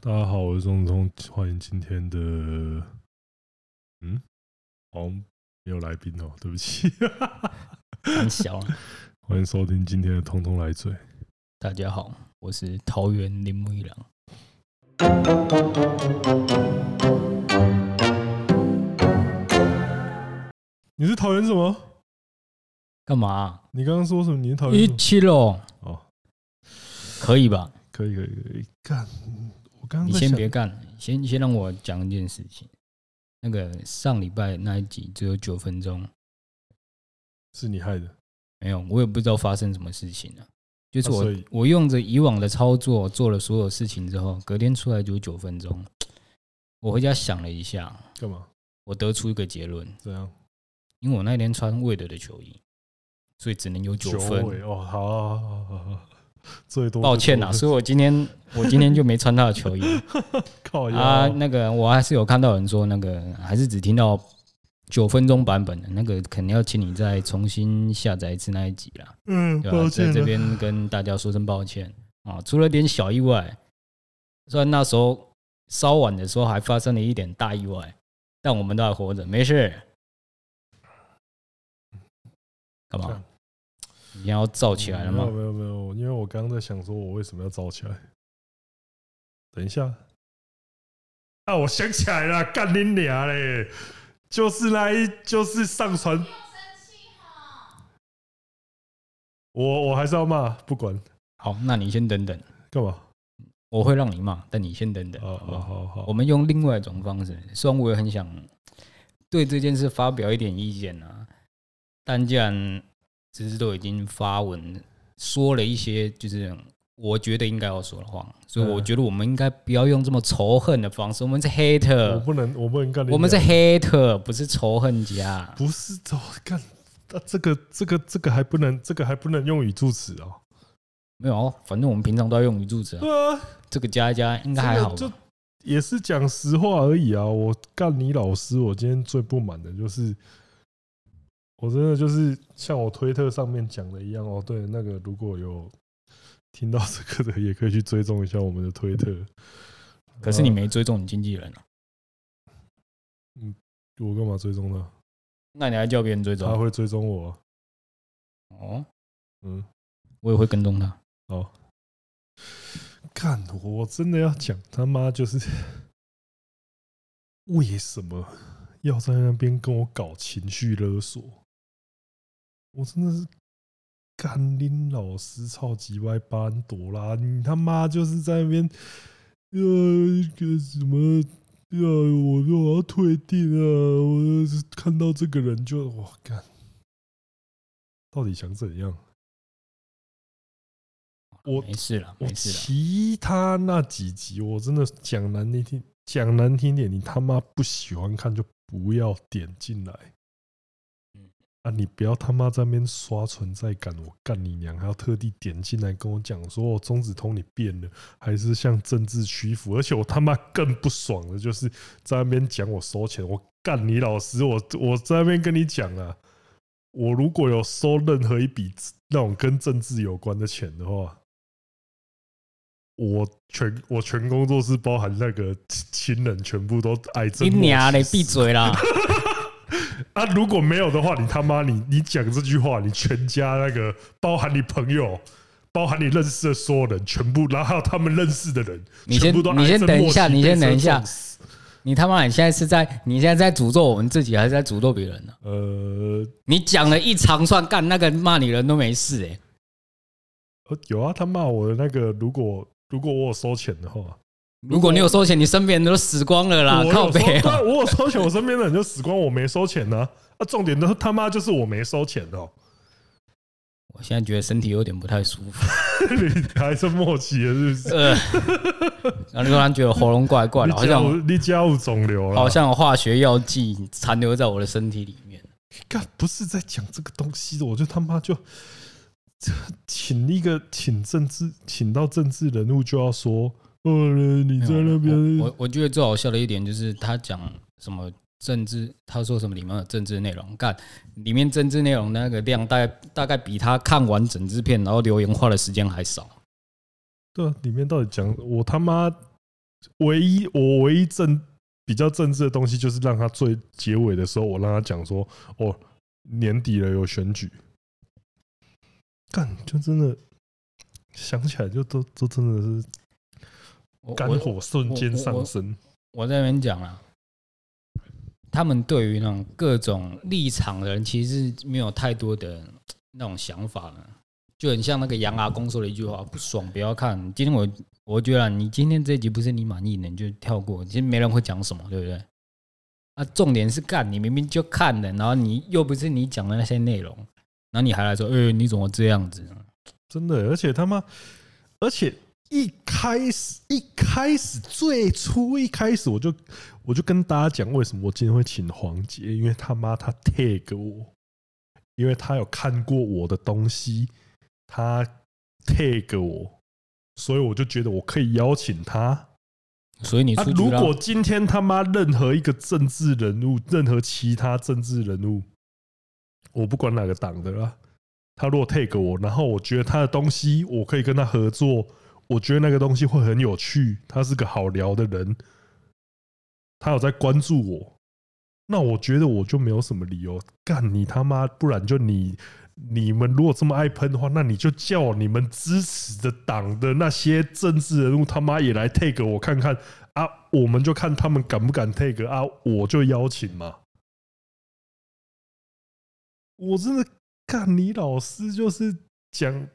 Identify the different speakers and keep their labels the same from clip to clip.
Speaker 1: 大家好，我是钟聪，欢迎今天的，嗯，好像没有来宾哦，对不起，
Speaker 2: 很小、啊。
Speaker 1: 欢迎收听今天的《通通来嘴》。
Speaker 2: 大家好，我是桃园铃木一郎。
Speaker 1: 你是讨厌什么？
Speaker 2: 干嘛、啊
Speaker 1: 你刚刚说什么？你是讨
Speaker 2: 一
Speaker 1: 厌什么？
Speaker 2: 七喽，
Speaker 1: 哦，
Speaker 2: 可以吧？
Speaker 1: 可以可以可以，干！我刚刚
Speaker 2: 你
Speaker 1: 在
Speaker 2: 先
Speaker 1: 想
Speaker 2: 别干，先先让我讲一件事情。那个上礼拜那一集只有九分钟，
Speaker 1: 是你害的，
Speaker 2: 没有，我也不知道发生什么事情了、就是
Speaker 1: 啊
Speaker 2: 我、
Speaker 1: 所以
Speaker 2: 我用着以往的操作做了所有事情之后，隔天出来就九分钟。我回家想了一下，
Speaker 1: 干嘛？
Speaker 2: 我得出一个结论，
Speaker 1: 怎样？
Speaker 2: 因为我那天穿魏德的球衣，所以只能有九分。
Speaker 1: 尾哦，好好好好好，最多
Speaker 2: 抱歉啦，啊所以我今天我今天就没穿他的球衣
Speaker 1: 靠腰
Speaker 2: 啊。那个我还是有看到有人说那个还是只听到九分钟版本的那个，肯定要请你再重新下载一次那一集啦。
Speaker 1: 嗯，
Speaker 2: 对
Speaker 1: 抱
Speaker 2: 吧？在
Speaker 1: 歉
Speaker 2: 这
Speaker 1: 了
Speaker 2: 边跟大家说声抱歉啊，出了点小意外，虽然那时候稍晚的时候还发生了一点大意外，但我们都还活着，没事。干
Speaker 1: 这
Speaker 2: 嘛
Speaker 1: 样？嗯
Speaker 2: 你要燥起来了
Speaker 1: 没有
Speaker 2: 吗？
Speaker 1: 没有没有，因为我刚刚在想说，我为什么要早起来？等一下，啊，我想起来了，干你娘嘞！就是那一，就是上传。我我还是要骂，不管
Speaker 2: 好，那你先等等，
Speaker 1: 干嘛？
Speaker 2: 我会让你骂，但你先等等，
Speaker 1: 好
Speaker 2: 好不
Speaker 1: 好
Speaker 2: 好？
Speaker 1: 好好，
Speaker 2: 我们用另外一种方式，虽然我也很想对这件事发表一点意见啊，但既然芝芝都已经发文说了一些，就是我觉得应该要说的话，所以
Speaker 1: 嗯
Speaker 2: 我觉得我们应该不要用这么仇恨的方式。我们是
Speaker 1: 我
Speaker 2: hater，
Speaker 1: 不能，我不能干你娘。
Speaker 2: 我们是 hater，不是仇恨家。
Speaker 1: 不是走干？啊，这个这个这个还不能，这个还不能用语助词哦。
Speaker 2: 没有，反正我们平常都要用语助词、啊，
Speaker 1: 对啊，
Speaker 2: 这个加一加应该
Speaker 1: 真
Speaker 2: 还
Speaker 1: 的
Speaker 2: 好
Speaker 1: 就
Speaker 2: 吧？
Speaker 1: 也是讲实话而已啊。我干你老师，我今天最不满的就是，我真的就是像我推特上面讲的一样哦。对，那个如果有听到这个的，也可以去追踪一下我们的推特。
Speaker 2: 可是你没追踪你经纪人啊，
Speaker 1: 我干嘛追踪呢？
Speaker 2: 那你还叫别人追
Speaker 1: 他
Speaker 2: 踪？
Speaker 1: 会追踪我啊、
Speaker 2: 哦，
Speaker 1: 嗯，
Speaker 2: 我也会跟踪他。
Speaker 1: 好。干，我真的要讲他妈就是， 为什么要在那边跟我搞情绪勒索？我真的是干拎老师超级歪班朵拉，你他妈就是在那边呃个什么呃，我说我要退订啊，我就是看到这个人就哇干，到底想怎样？我
Speaker 2: 没事了，
Speaker 1: 我
Speaker 2: 没事了。
Speaker 1: 其他那几集，我真的讲难听听，讲难听点，你他妈不喜欢看就不要点进来
Speaker 2: 嗯。
Speaker 1: 啊，你不要他妈在那边刷存在感，我干你娘！还要特地点进来跟我讲说，哦，钟子通你变了，还是向政治屈服？而且我他妈更不爽的就是在那边讲我收钱，我干你老师！我我在那边跟你讲啊，我如果有收任何一笔那种跟政治有关的钱的话，我全我全工作室包含那个亲人全部都癌症
Speaker 2: 你
Speaker 1: 末期死。
Speaker 2: 娘嘞，闭 嘴啦！
Speaker 1: 啊！如果没有的话，你他妈你你讲这句话，你全家那个包含你朋友。包含你认识的所有人，全部，然后还有他们认识的人，
Speaker 2: 你先
Speaker 1: 全部都癌
Speaker 2: 你先
Speaker 1: 症
Speaker 2: 等一
Speaker 1: 末期
Speaker 2: 下你
Speaker 1: 被
Speaker 2: 先等一
Speaker 1: 车
Speaker 2: 下
Speaker 1: 撞死
Speaker 2: 你他妈，你现在是在你现在在诅咒我们自己，还是在诅咒别人呢、
Speaker 1: 呃，
Speaker 2: 你讲了一长串，干那个骂你人都没事哎、
Speaker 1: 呃有啊，他骂我的那个，如果如果我有收钱的话，
Speaker 2: 如果你有收钱，你身边人都死光了啦
Speaker 1: 我，有
Speaker 2: 靠
Speaker 1: 收
Speaker 2: 北
Speaker 1: 对啊
Speaker 2: 啊！
Speaker 1: 我有收钱，我身边的人就死光，我没收钱呢、啊。重点都他妈就是我没收钱哦、
Speaker 2: 我现在觉得身体有点不太舒服，
Speaker 1: 你还是默契了是不是？
Speaker 2: 呃，然后突然觉得喉咙怪怪
Speaker 1: 你
Speaker 2: 的，好
Speaker 1: 家有
Speaker 2: 像
Speaker 1: 你家有肿瘤了，
Speaker 2: 好像有化学药剂残留在我的身体里面。
Speaker 1: 干不是在讲这个东西的，我就他妈就请一个请政治请到政治人物就要说，呃，你在那边
Speaker 2: 我我我觉得最好笑的一点就是他讲什么政治，他说什么里面有政治内容，干里面政治内容的那个量大概大概比他看完整支片然后留言花的时间还少。
Speaker 1: 对啊，里面到底讲我他妈唯一我唯一正比较政治的东西，就是让他最结尾的时候，我让他讲说，哦，年底了有选举，干就真的想起来就都都真的是
Speaker 2: 我
Speaker 1: 肝火瞬间
Speaker 2: 我
Speaker 1: 上
Speaker 2: 我
Speaker 1: 升。
Speaker 2: 我在那边讲啦，他们对于那种各种立场的人，其实是没有太多的那种想法的，就很像那个杨阿公说的一句话：“不爽不要看。”今天我我觉得啊你今天这一集不是你满意的，你就跳过，其实没人会讲什么，对不对？啊，重点是干，你明明就看了，然后你又不是你讲的那些内容，然后你还来说，哎、你怎么这样子？
Speaker 1: 真的，而且他妈，而且一开始一开始最初一开始我就我就跟大家讲，为什么我今天会请黄杰，因为他妈他 tag 我，因为他有看过我的东西，他 tag 我，所以我就觉得我可以邀请他。
Speaker 2: 所以你
Speaker 1: 啊
Speaker 2: 出，
Speaker 1: 如
Speaker 2: 去啦、
Speaker 1: 果今天他妈任何一个政治人物，任何其他政治人物，我不管哪个党的啦，他如果 take 我，然后我觉得他的东西我可以跟他合作，我觉得那个东西会很有趣，他是个好聊的人，他有在关注我，那我觉得我就没有什么理由干你他妈，不然就你。你们如果这么爱喷的话，那你就叫你们支持的党的那些政治人物他妈也来 take 我看看，啊，我们就看他们敢不敢 take 啊，我就邀请嘛。我真的干你老师就是讲，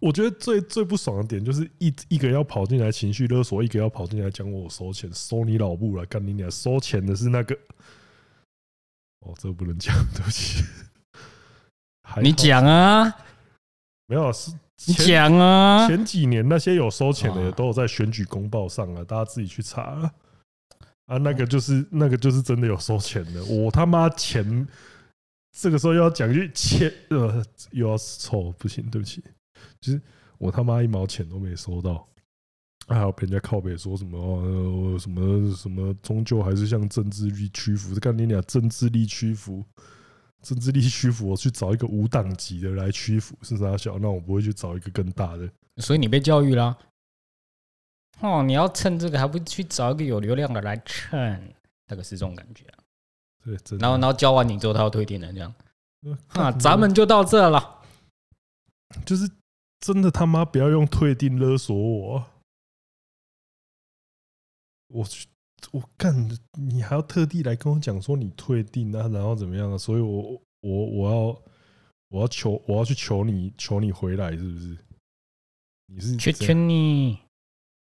Speaker 1: 我觉得最最不爽的点就是一一个要跑进来情绪勒索，一个要跑进来讲我收钱，收你老布了，干你娘！收钱的是那个，哦，这个不能讲，对不起。还好
Speaker 2: 你讲啊，
Speaker 1: 没有？啊是
Speaker 2: 你
Speaker 1: 前
Speaker 2: 讲啊，
Speaker 1: 前几年那些有收钱的
Speaker 2: 啊
Speaker 1: 也都有在选举公报上了，大家自己去查啊。啊，那个就是那个就是真的有收钱的，我他妈钱这个时候又要讲一句钱呃又要臭，不行，对不起，就是我他妈一毛钱都没收到。还有被人家靠北说什么、哦呃、什么什么，终究还是向政治力屈服。干你俩政治力屈服，政治力屈服，我去找一个无党籍的来屈服是啥小？那我不会去找一个更大的。
Speaker 2: 所以你被教育啦。哦，你要趁这个，还不去找一个有流量的来蹭，大概是这种感觉啊、
Speaker 1: 对，真的
Speaker 2: 然后，然后教完你之后，他要退订了，这样
Speaker 1: 呃
Speaker 2: 啊，
Speaker 1: 干
Speaker 2: 咱们就到这了。
Speaker 1: 就是真的他妈不要用退订勒索我啊，我去，我干，你还要特地来跟我讲说你退订啊，然后怎么样啊？所以我我我要我要求我要去求你求你回来是不是？你是
Speaker 2: 求
Speaker 1: 怎
Speaker 2: 求你，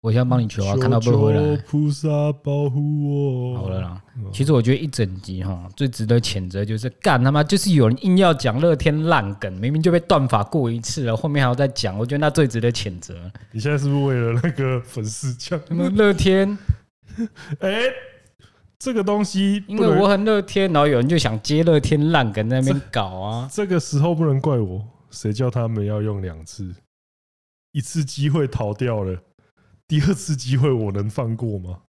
Speaker 2: 我先帮你求啊，看到不
Speaker 1: 嗯
Speaker 2: 会
Speaker 1: 求
Speaker 2: 回
Speaker 1: 求
Speaker 2: 来。
Speaker 1: 菩萨保护我。
Speaker 2: 好了啦，
Speaker 1: 嗯，
Speaker 2: 其实我觉得一整集哈，最值得谴责就是干他妈就是有人硬要讲乐天烂梗，明明就被断法过一次了，后面还要再讲，我觉得那最值得谴责。
Speaker 1: 你现在是不是为了那个粉丝讲？
Speaker 2: 那么乐天，
Speaker 1: 哎，这个东西不
Speaker 2: 因
Speaker 1: 能
Speaker 2: 为我很乐天，然后有人就想接乐天烂梗在那边搞啊。
Speaker 1: 这个时候不能怪我，谁叫他们要用两次？一次机会逃掉了，第二次机会我能放过吗？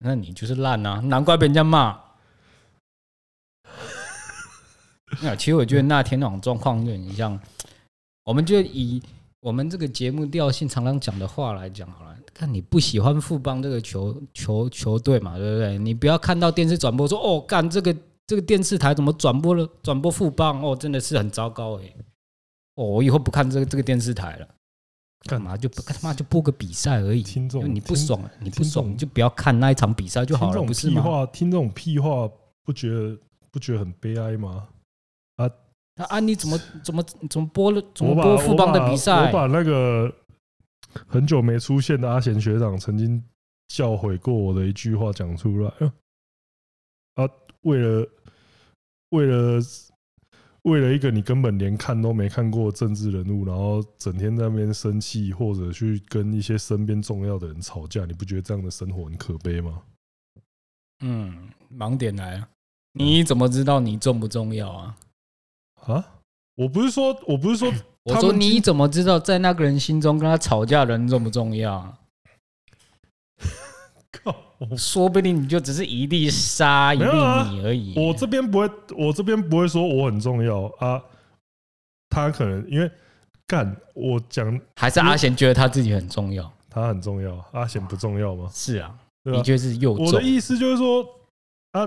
Speaker 2: 那你就是烂啊，难怪被人家骂。那其实我觉得那天那种状况就很像，我们就以我们这个节目调性常常讲的话来讲好了。看你不喜欢富邦这个球球球队嘛，对不对？你不要看到电视转播说哦，干这个这个电视台怎么转播了转播富邦哦，真的是很糟糕哎、哦，我以后不看这个这个电视台了。干嘛就不他妈就播个比赛而已？
Speaker 1: 听众
Speaker 2: 因为你不
Speaker 1: 听
Speaker 2: 爽，你不
Speaker 1: 听
Speaker 2: 爽
Speaker 1: 众
Speaker 2: 你就不要看那一场比赛就
Speaker 1: 听
Speaker 2: 好
Speaker 1: 这
Speaker 2: 了，
Speaker 1: 种
Speaker 2: 不是
Speaker 1: 屁
Speaker 2: 吗？
Speaker 1: 话，听这种屁话，不觉得不觉得很悲哀吗？
Speaker 2: 那啊，你怎么怎么怎么播了？怎么
Speaker 1: 我把
Speaker 2: 播富邦的比
Speaker 1: 我
Speaker 2: 赛？
Speaker 1: 把？我把那个很久没出现的阿贤学长曾经教诲过我的一句话讲出来啊，为了为了为了一个你根本连看都没看过的政治人物，然后整天在那边生气，或者去跟一些身边重要的人吵架，你不觉得这样的生活很可悲吗？
Speaker 2: 嗯，盲点来了，你怎么知道你重不重要啊？
Speaker 1: 啊，我不是说，我不是说
Speaker 2: 我
Speaker 1: 他
Speaker 2: 说
Speaker 1: 们
Speaker 2: 你
Speaker 1: 今
Speaker 2: 怎么知道在那个人心中跟他吵架的人重不重要啊？
Speaker 1: 靠，我
Speaker 2: 说不定你就只是一粒沙一
Speaker 1: 没
Speaker 2: 粒
Speaker 1: 有啊
Speaker 2: 米而已。
Speaker 1: 我这边不会，我这边不会说我很重要啊。他可能因为干我讲
Speaker 2: 还是阿贤觉得他自己很重要，
Speaker 1: 他很重要，阿贤不重要吗？
Speaker 2: 是啊，
Speaker 1: 对吧
Speaker 2: 的确是又
Speaker 1: 我
Speaker 2: 重
Speaker 1: 的，意思就是说，啊，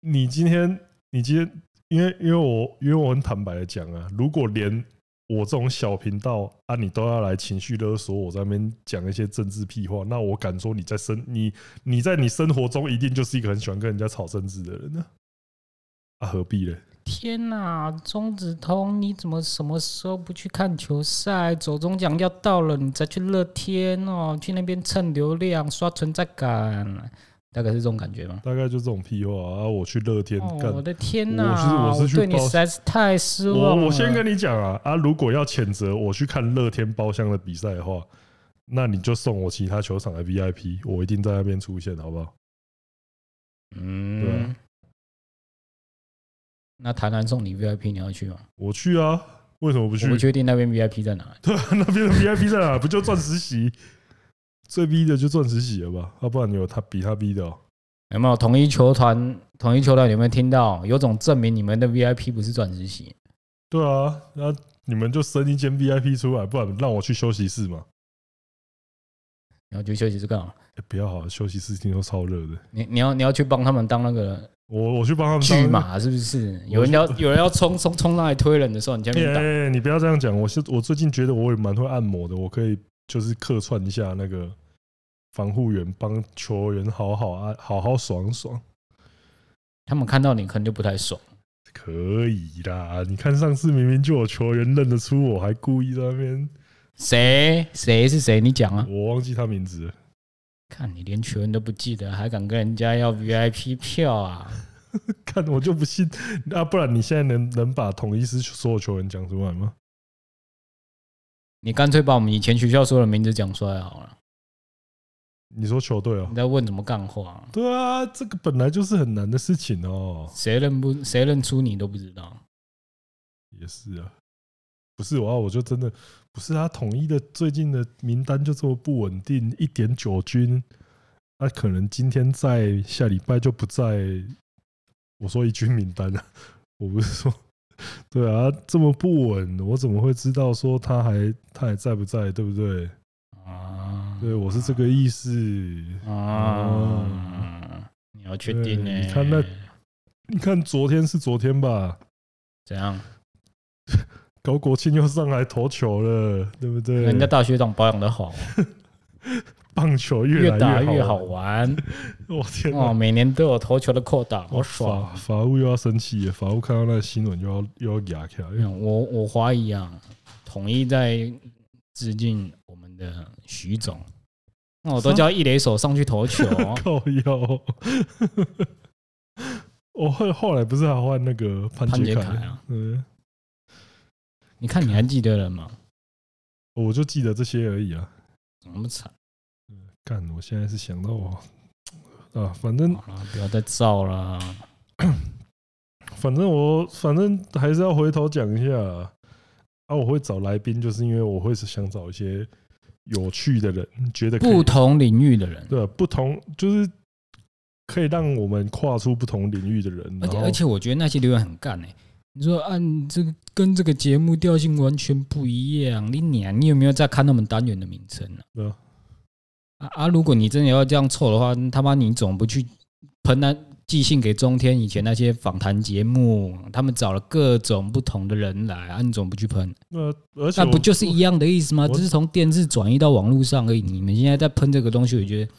Speaker 1: 你今天，你今天，因为因为我因为我很坦白的讲啊，如果连我这种小频道啊，你都要来情绪勒索我，在那边讲一些政治屁话，那我敢说你在生你你在你生活中一定就是一个很喜欢跟人家吵政治的人呢、啊，何必呢？
Speaker 2: 天哪、钟子通，你怎么什么时候不去看球赛？走中奖要到了，你再去乐天哦，去那边蹭流量、刷存在感，大概是这种感觉吗？
Speaker 1: 大概就这种屁话啊！我去乐天
Speaker 2: 哦，
Speaker 1: 干
Speaker 2: 我的天
Speaker 1: 我是
Speaker 2: 哪、
Speaker 1: 我是去
Speaker 2: 对你
Speaker 1: 报
Speaker 2: 实在是太失望了。
Speaker 1: 我我先跟你讲啊啊！如果要谴责我去看乐天包厢的比赛的话，那你就送我其他球场的 VIP，我一定在那边出现，好不好？对
Speaker 2: 嗯
Speaker 1: 啊，
Speaker 2: 那台南送你 VIP，你要去吗？
Speaker 1: 我去啊，为什么不去？
Speaker 2: 我不确定那边 VIP 在哪里。
Speaker 1: 对啊，那边的 VIP 在哪？不就钻石席？最逼的就钻石席了吧？啊要、不然你有他比他逼的、哦？
Speaker 2: 有没有统一球团？统一球团有没有听到？有种证明你们的 VIP 不是钻石席。
Speaker 1: 对啊，那你们就升一间 VIP 出来，不然让我去休息室嘛？
Speaker 2: 然后去休息室干嘛？
Speaker 1: 欸不要好了，休息室听说超热的，
Speaker 2: 你你要你要去帮他们当那个
Speaker 1: 我我去帮他们
Speaker 2: 巨
Speaker 1: 当
Speaker 2: 马是不是？有人要有人要冲冲冲上来推人的时候，你前
Speaker 1: 哎、
Speaker 2: 面挡。
Speaker 1: 你不要这样讲，我是我最近觉得我也蛮会按摩的，我可以就是客串一下那个防护员，帮球员好好按，好好爽爽，
Speaker 2: 他们看到你可能就不太爽。
Speaker 1: 可以啦。你看上次明明就有球员认得出我，还故意在那边，
Speaker 2: 谁谁是谁？你讲啊！
Speaker 1: 我忘记他名字了，
Speaker 2: 看你连球员都不记得，还敢跟人家要 VIP 票啊？
Speaker 1: 看我就不信啊！不然你现在能能把统一师所有球员讲出来吗？
Speaker 2: 你干脆把我们以前学校所有的名字讲出来好了。
Speaker 1: 你说球队哦
Speaker 2: 你，在问什么干话啊？
Speaker 1: 对啊，这个本来就是很难的事情哦。
Speaker 2: 谁认不谁认出你都不知道。
Speaker 1: 也是啊，不是我啊，我就真的不是啊。统一的最近的名单就这么不稳定，一点九军，那、可能今天在，下礼拜就不在。我说一军名单啊，我不是说 对啊，这么不稳，我怎么会知道说他还他还在不在，对不对？
Speaker 2: 啊，
Speaker 1: 对，我是这个意思。
Speaker 2: 啊，你要确定呢、
Speaker 1: 哦对
Speaker 2: 欸
Speaker 1: 你看那你看昨天是昨天吧，
Speaker 2: 怎样？
Speaker 1: 高国庆又上来投球了，对不对？
Speaker 2: 人家大学长保养的好，
Speaker 1: 棒球越
Speaker 2: 越打
Speaker 1: 来
Speaker 2: 越好
Speaker 1: 好
Speaker 2: 玩
Speaker 1: 我天哪
Speaker 2: 哦，！每年都有投球的扣打，好爽。啊
Speaker 1: 法法务又要生气了，法务看到那个新闻又要又要牙起来。
Speaker 2: 没有嗯我我怀疑啊，统一在致敬我们的徐总，那我都
Speaker 1: 啥
Speaker 2: 叫一垒手上去投 球，
Speaker 1: 靠腰！ 我后后来不是还换那个潘
Speaker 2: 潘
Speaker 1: 杰
Speaker 2: 杰
Speaker 1: 凯？
Speaker 2: 凯啊
Speaker 1: 嗯，
Speaker 2: 你看你还记得人吗？
Speaker 1: 我就记得这些而已啊。
Speaker 2: 怎么那么惨？
Speaker 1: 干，我现在是想到我啊，反正
Speaker 2: 好了，不要再造了。啊
Speaker 1: 反正我反正还是要回头讲一下啊。啊我会找来宾，就是因为我会是想找一些有趣的人，觉得可以
Speaker 2: 不同领域的人，
Speaker 1: 对啊不同就是可以让我们跨出不同领域的人，
Speaker 2: 而
Speaker 1: 然
Speaker 2: 且
Speaker 1: 后
Speaker 2: 而且我觉得那些留言很干哎、你说按这个跟这个节目调性完全不一样，你娘，你有没有在看他们单元的名称呢、
Speaker 1: 对啊
Speaker 2: 啊？啊如果你真的要这样凑的话，他妈你总不去喷那寄信给中天以前那些访谈节目，他们找了各种不同的人来啊，你总不去喷，
Speaker 1: 那而且
Speaker 2: 那
Speaker 1: 我
Speaker 2: 不就是一样的意思吗？
Speaker 1: 我
Speaker 2: 只是从电视转移到网络上而已。你们现在在喷这个东西，我觉得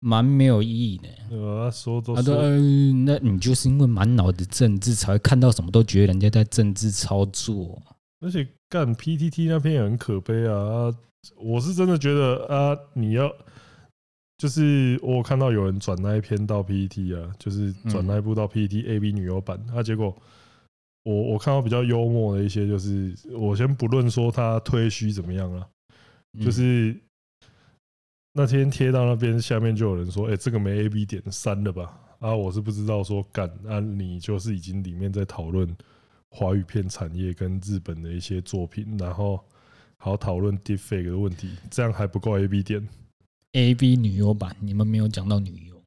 Speaker 2: 蛮没有意义的。
Speaker 1: 呃，说都
Speaker 2: 啊，对，
Speaker 1: 说
Speaker 2: 呃那你就是因为满脑子政治，才会看到什么都觉得人家在政治操作。
Speaker 1: 而且干 PTT 那边也很可悲啊！啊我是真的觉得啊，你要就是我有看到有人转那一篇到 PTT 啊，就是
Speaker 2: 嗯
Speaker 1: 转那一部到 PTT A B 女优版，啊，结果我我看到比较幽默的一些，就是我先不论说他推虚怎么样啊，
Speaker 2: 嗯
Speaker 1: 就是那天贴到那边下面就有人说，哎、这个没 A B 点删了吧？啊，我是不知道说干啊，你就是已经里面在讨论华语片产业跟日本的一些作品，然后还有讨论 deepfake 的问题，这样还不够 A B 点？
Speaker 2: A B 女优版，你们没有讲到女优，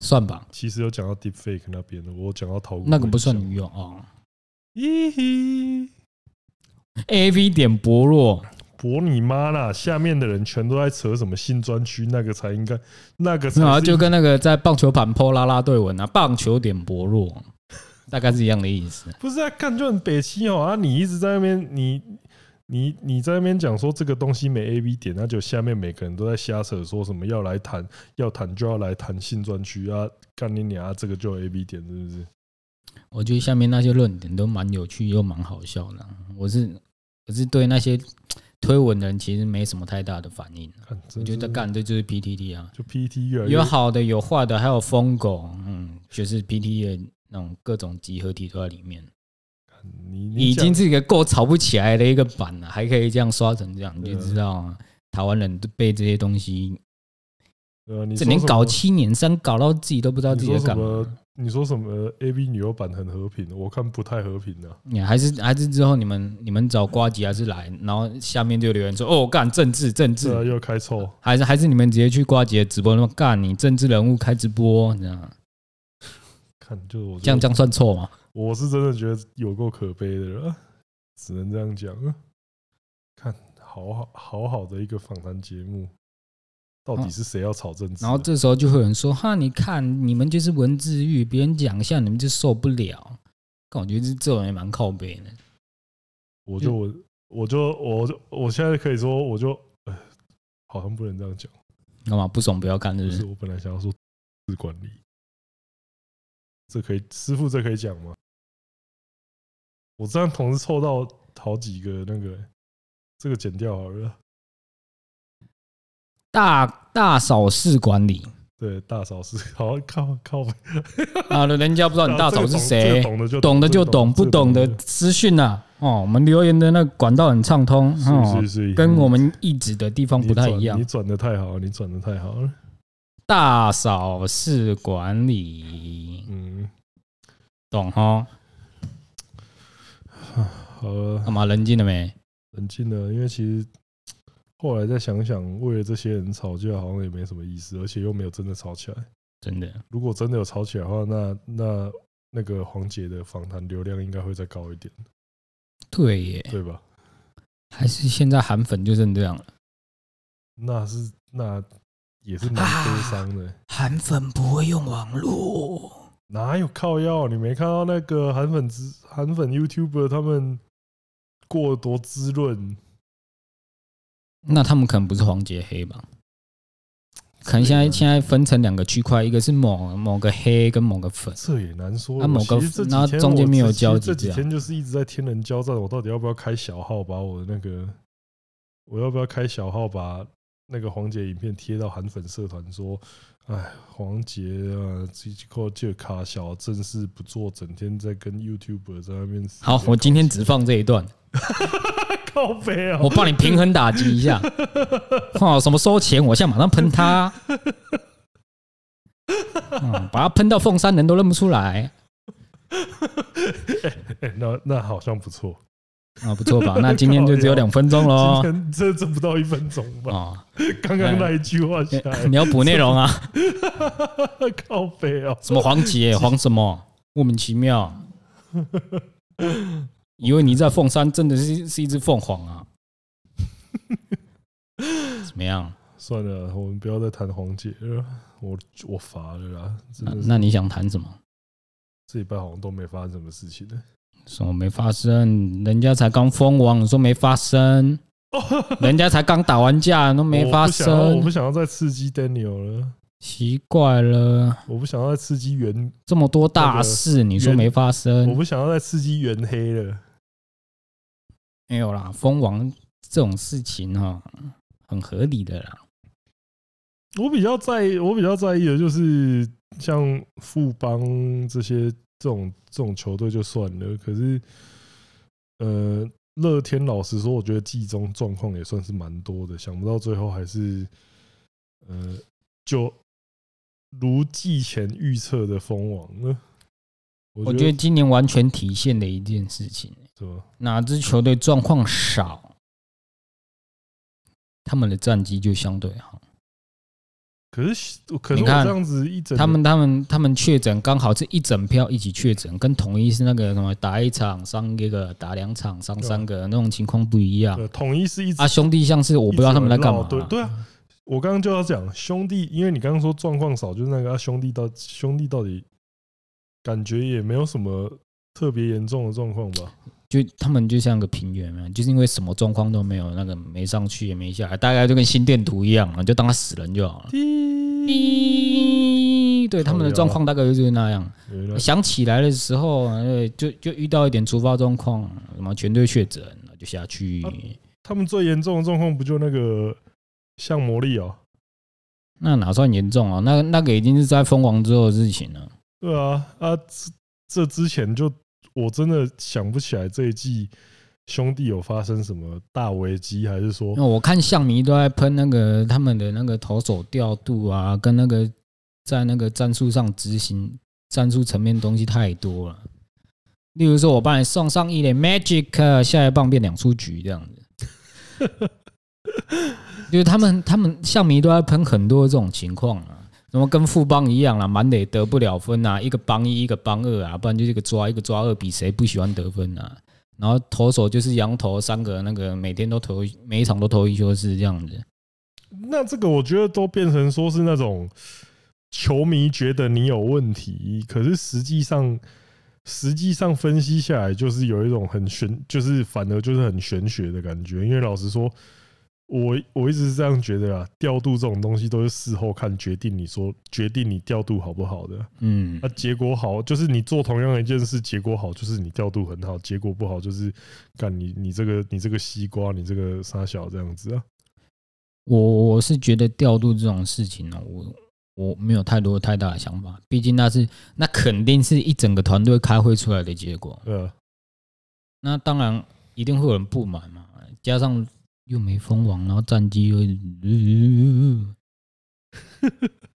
Speaker 2: 算吧，
Speaker 1: 其实有讲到 deepfake 那边的，我有讲到逃过
Speaker 2: 哦那个
Speaker 1: 影
Speaker 2: 不
Speaker 1: 像
Speaker 2: 算女优哦。
Speaker 1: 咦嘿，
Speaker 2: A V 点薄弱，
Speaker 1: 博你妈啦！下面的人全都在扯什么新专区，那个才应该，那个才
Speaker 2: 然后
Speaker 1: 是
Speaker 2: 啊就跟那个在棒球盘抛拉拉队文啊，棒球点薄弱，大概是一样的意思。
Speaker 1: 不是啊，干就很北七哦啊！你一直在那边，你你你在那边讲说这个东西没 A B 点，那就下面每个人都在瞎扯，说什么要来谈，要谈就要来谈性专区啊，干你娘、啊，这个就有 A B 点是不是？
Speaker 2: 我觉得下面那些论点都蛮有趣又蛮好笑的。啊我是我是对那些推文的人其实没什么太大的反应，
Speaker 1: 看，
Speaker 2: 我
Speaker 1: 真
Speaker 2: 觉得
Speaker 1: 是
Speaker 2: 干这就是 PTT 啊，
Speaker 1: 就 P E T 越来越
Speaker 2: 有好的有坏的，还有疯狗，嗯，就是 PTT 的那种各种集合体都在里面。
Speaker 1: 你你
Speaker 2: 已
Speaker 1: 讲
Speaker 2: 经是一个够吵不起来的一个版了，还可以这样刷成这样，你
Speaker 1: 对啊
Speaker 2: 就知道啊，台湾人都被这些东西，
Speaker 1: 对啊，你
Speaker 2: 这
Speaker 1: 说
Speaker 2: 连
Speaker 1: 什
Speaker 2: 搞
Speaker 1: 么
Speaker 2: 七年三搞到自己都不知道自己在干
Speaker 1: 你说什
Speaker 2: 嘛。
Speaker 1: 你说什么呃 A B 女优版很和平，我看不太和平啊。
Speaker 2: 你还是还是之后你们你们找瓜吉还是来，然后下面就留言说哦干政治政
Speaker 1: 这
Speaker 2: 治，
Speaker 1: 啊又开臭，
Speaker 2: 还是还是你们直接去瓜吉的直播，那么干你政治人物开直播，这样
Speaker 1: 看就是我
Speaker 2: 这样这样算错吗？
Speaker 1: 我是真的觉得有够可悲的了，只能这样讲了。看好好好好的一个访谈节目，到底是谁要炒政治啊？
Speaker 2: 嗯然后这时候就会有人说哈，你看你们就是文字狱，别人讲一下你们就受不了。但我觉得这这种人也蛮靠背的。
Speaker 1: 我就
Speaker 2: 嗯
Speaker 1: 我我就我就我现在可以说，我就呃，好像不能这样讲，
Speaker 2: 干嘛不爽不要看，是
Speaker 1: 就
Speaker 2: 不
Speaker 1: 是
Speaker 2: 是？
Speaker 1: 我本来想要说自管理，这可以师傅这可以讲吗？我这样同时凑到好几个那个、这个剪掉好了，
Speaker 2: 大大扫式 管理
Speaker 1: 对，大嫂是好靠靠北
Speaker 2: 啊，人家不知道你大嫂是谁，
Speaker 1: 懂的就
Speaker 2: 懂的就懂，不懂的
Speaker 1: 这个
Speaker 2: 私讯啊。哦，我们留言的那个管道很畅通，哦
Speaker 1: 懂，是是是，
Speaker 2: 跟我们意指的地方不太一样
Speaker 1: 你。转的太好了，你转的太好了。
Speaker 2: 大扫式管理，
Speaker 1: 嗯，
Speaker 2: 懂哈？
Speaker 1: 好了，
Speaker 2: 干嘛冷静了没？
Speaker 1: 冷静了，因为其实后来再想想，为了这些人吵架好像也没什么意思，而且又没有真的吵起来。
Speaker 2: 真的，
Speaker 1: 如果真的有吵起来的话，那那那个黄姐的访谈流量应该会再高一点，
Speaker 2: 对耶，
Speaker 1: 对吧？
Speaker 2: 还是现在韩粉就剩这样了。
Speaker 1: 那是那也是蛮
Speaker 2: 啊
Speaker 1: 悲伤的。
Speaker 2: 韩粉不会用网络，
Speaker 1: 哪有靠药？你没看到那个韩粉之韩粉 YouTuber 他们过得多滋润？
Speaker 2: 那他们可能不是黄杰黑吧？可能现在现在分成两个区块，一个是某某个黑跟某个粉，
Speaker 1: 这也难说。
Speaker 2: 啊某个
Speaker 1: 我其实这几
Speaker 2: 然后
Speaker 1: 天
Speaker 2: 中间没有
Speaker 1: 我其实
Speaker 2: 交集
Speaker 1: 这几
Speaker 2: 这样
Speaker 1: 天就是一直在天人交战。我到底要不要开小号把我的那个，我要不要开小号把那个黄杰影片贴到韩粉社团说？哎，黄杰啊，这个这卡小正事不做，整天在跟 YouTuber 在那边。
Speaker 2: 好，我今天只放这一段，
Speaker 1: 靠背啊，
Speaker 2: 我帮你平衡打击一 下。哦，什么收钱？我现在马上喷 他，嗯把他喷到凤山人都认不出来
Speaker 1: 哎 那那好像不错。
Speaker 2: 啊，不错 吧？那今天就只有两分钟喽
Speaker 1: 今。天这这不到一分钟吧？
Speaker 2: 哦，
Speaker 1: 刚刚那一句话下来，
Speaker 2: 你要补内容啊？
Speaker 1: 靠背哦，
Speaker 2: 什么黄杰黄什么？莫名其妙，以为你在凤山真的是是一只凤凰 啊？怎么样？
Speaker 1: 算了，我们不要再谈黄姐了，我我乏了啦，真
Speaker 2: 那
Speaker 1: 的是
Speaker 2: 那你想谈什么？
Speaker 1: 这礼拜好像都没发生什么事情呢。
Speaker 2: 什么没发生？人家才刚封王，你说没发 生？人家才刚打完架，都 没发
Speaker 1: 我不想要我不
Speaker 2: 生，
Speaker 1: 想要再刺激 Daniel 了，
Speaker 2: 奇怪了，
Speaker 1: 我不想要再刺激原，
Speaker 2: 这么多大事，你说没发
Speaker 1: 我
Speaker 2: 生？
Speaker 1: 不想要再刺激原黑了。
Speaker 2: 没有啦，封王这种事情哈、很合理的啦。
Speaker 1: 我比较在意，我比较在意的就是像富邦这些这种这种球队就算了，可是呃，乐天老实说，我觉得季中状况也算是蛮多的，想不到最后还是呃，就如季前预测的封王了。
Speaker 2: 我
Speaker 1: 我
Speaker 2: 觉
Speaker 1: 觉
Speaker 2: 得
Speaker 1: 得
Speaker 2: 今年完全体现了一件事情：
Speaker 1: 什么？
Speaker 2: 哪支球队状况少，他们的战绩就相对好。
Speaker 1: 可是可是
Speaker 2: 你
Speaker 1: 我
Speaker 2: 看
Speaker 1: 这样子一整
Speaker 2: 他们他们他们确诊刚好是一整票一起确诊，跟统一是那个什么打一场伤一个，打两场伤三个那种情况不一样
Speaker 1: 呃统一是一直
Speaker 2: 啊。兄弟像是我
Speaker 1: 我
Speaker 2: 不知道他们在干嘛，
Speaker 1: 对对啊，我刚刚就要讲兄弟，因为你刚刚说状况少，就是那个、啊兄弟到兄弟到底感觉也没有什么特别严重的状况吧？
Speaker 2: 就他们就像个平原嘛，就是因为什么状况都没有，那个没上去也没下来，大概就跟心电图一样嘛，就当他死人就好了。滴，对他们的状况大概就是那样。
Speaker 1: 原来
Speaker 2: 想起来的时候，呃就就遇到一点突发状况，什么全队确诊，就下去。
Speaker 1: 啊他们最严重的状况不就那个像魔力哦、
Speaker 2: 那哪算严重啊？那那个已经是在封王之后的事情了。
Speaker 1: 对啊，啊，这这之前就我真的想不起来这一季兄弟有发生什么大危机，还是说
Speaker 2: 那我看象迷都在喷那个他们的那个投手调度啊，跟那个在那个战术上执行战术层面的东西太多了。例如说，我帮你送上一点 magic，下一呃棒变两出局这样子。 就是他们他们象迷都在喷很多这种情况啊，什么跟富邦一样啦，满垒得不了分啊，一个帮一一个帮二啊，不然就是一个抓一个抓二，比谁不喜欢得分啊。然后投手就是羊头三个，那个每天都投，每一场都投一休四这样子。
Speaker 1: 那这个我觉得都变成说是那种球迷觉得你有问题，可是实际上实际上分析下来，就是有一种很玄，就是反而就是很玄学的感觉。因为老实说，我我一直是这样觉得啊，调度这种东西都是事后看决定，你说决定你调度好不好的。
Speaker 2: 嗯
Speaker 1: 那、，结果好，就是你做同样的一件事，结果好就是你调度很好，结果不好就是干你你这个你这个西瓜，你这个傻小这样子啊。
Speaker 2: 我我是觉得调度这种事情呢、我我没有太多太大的想法，毕竟那是那肯定是一整个团队开会出来的结果。
Speaker 1: 呃，
Speaker 2: 那当然一定会有人不满嘛，加上又没封王，然后战绩又，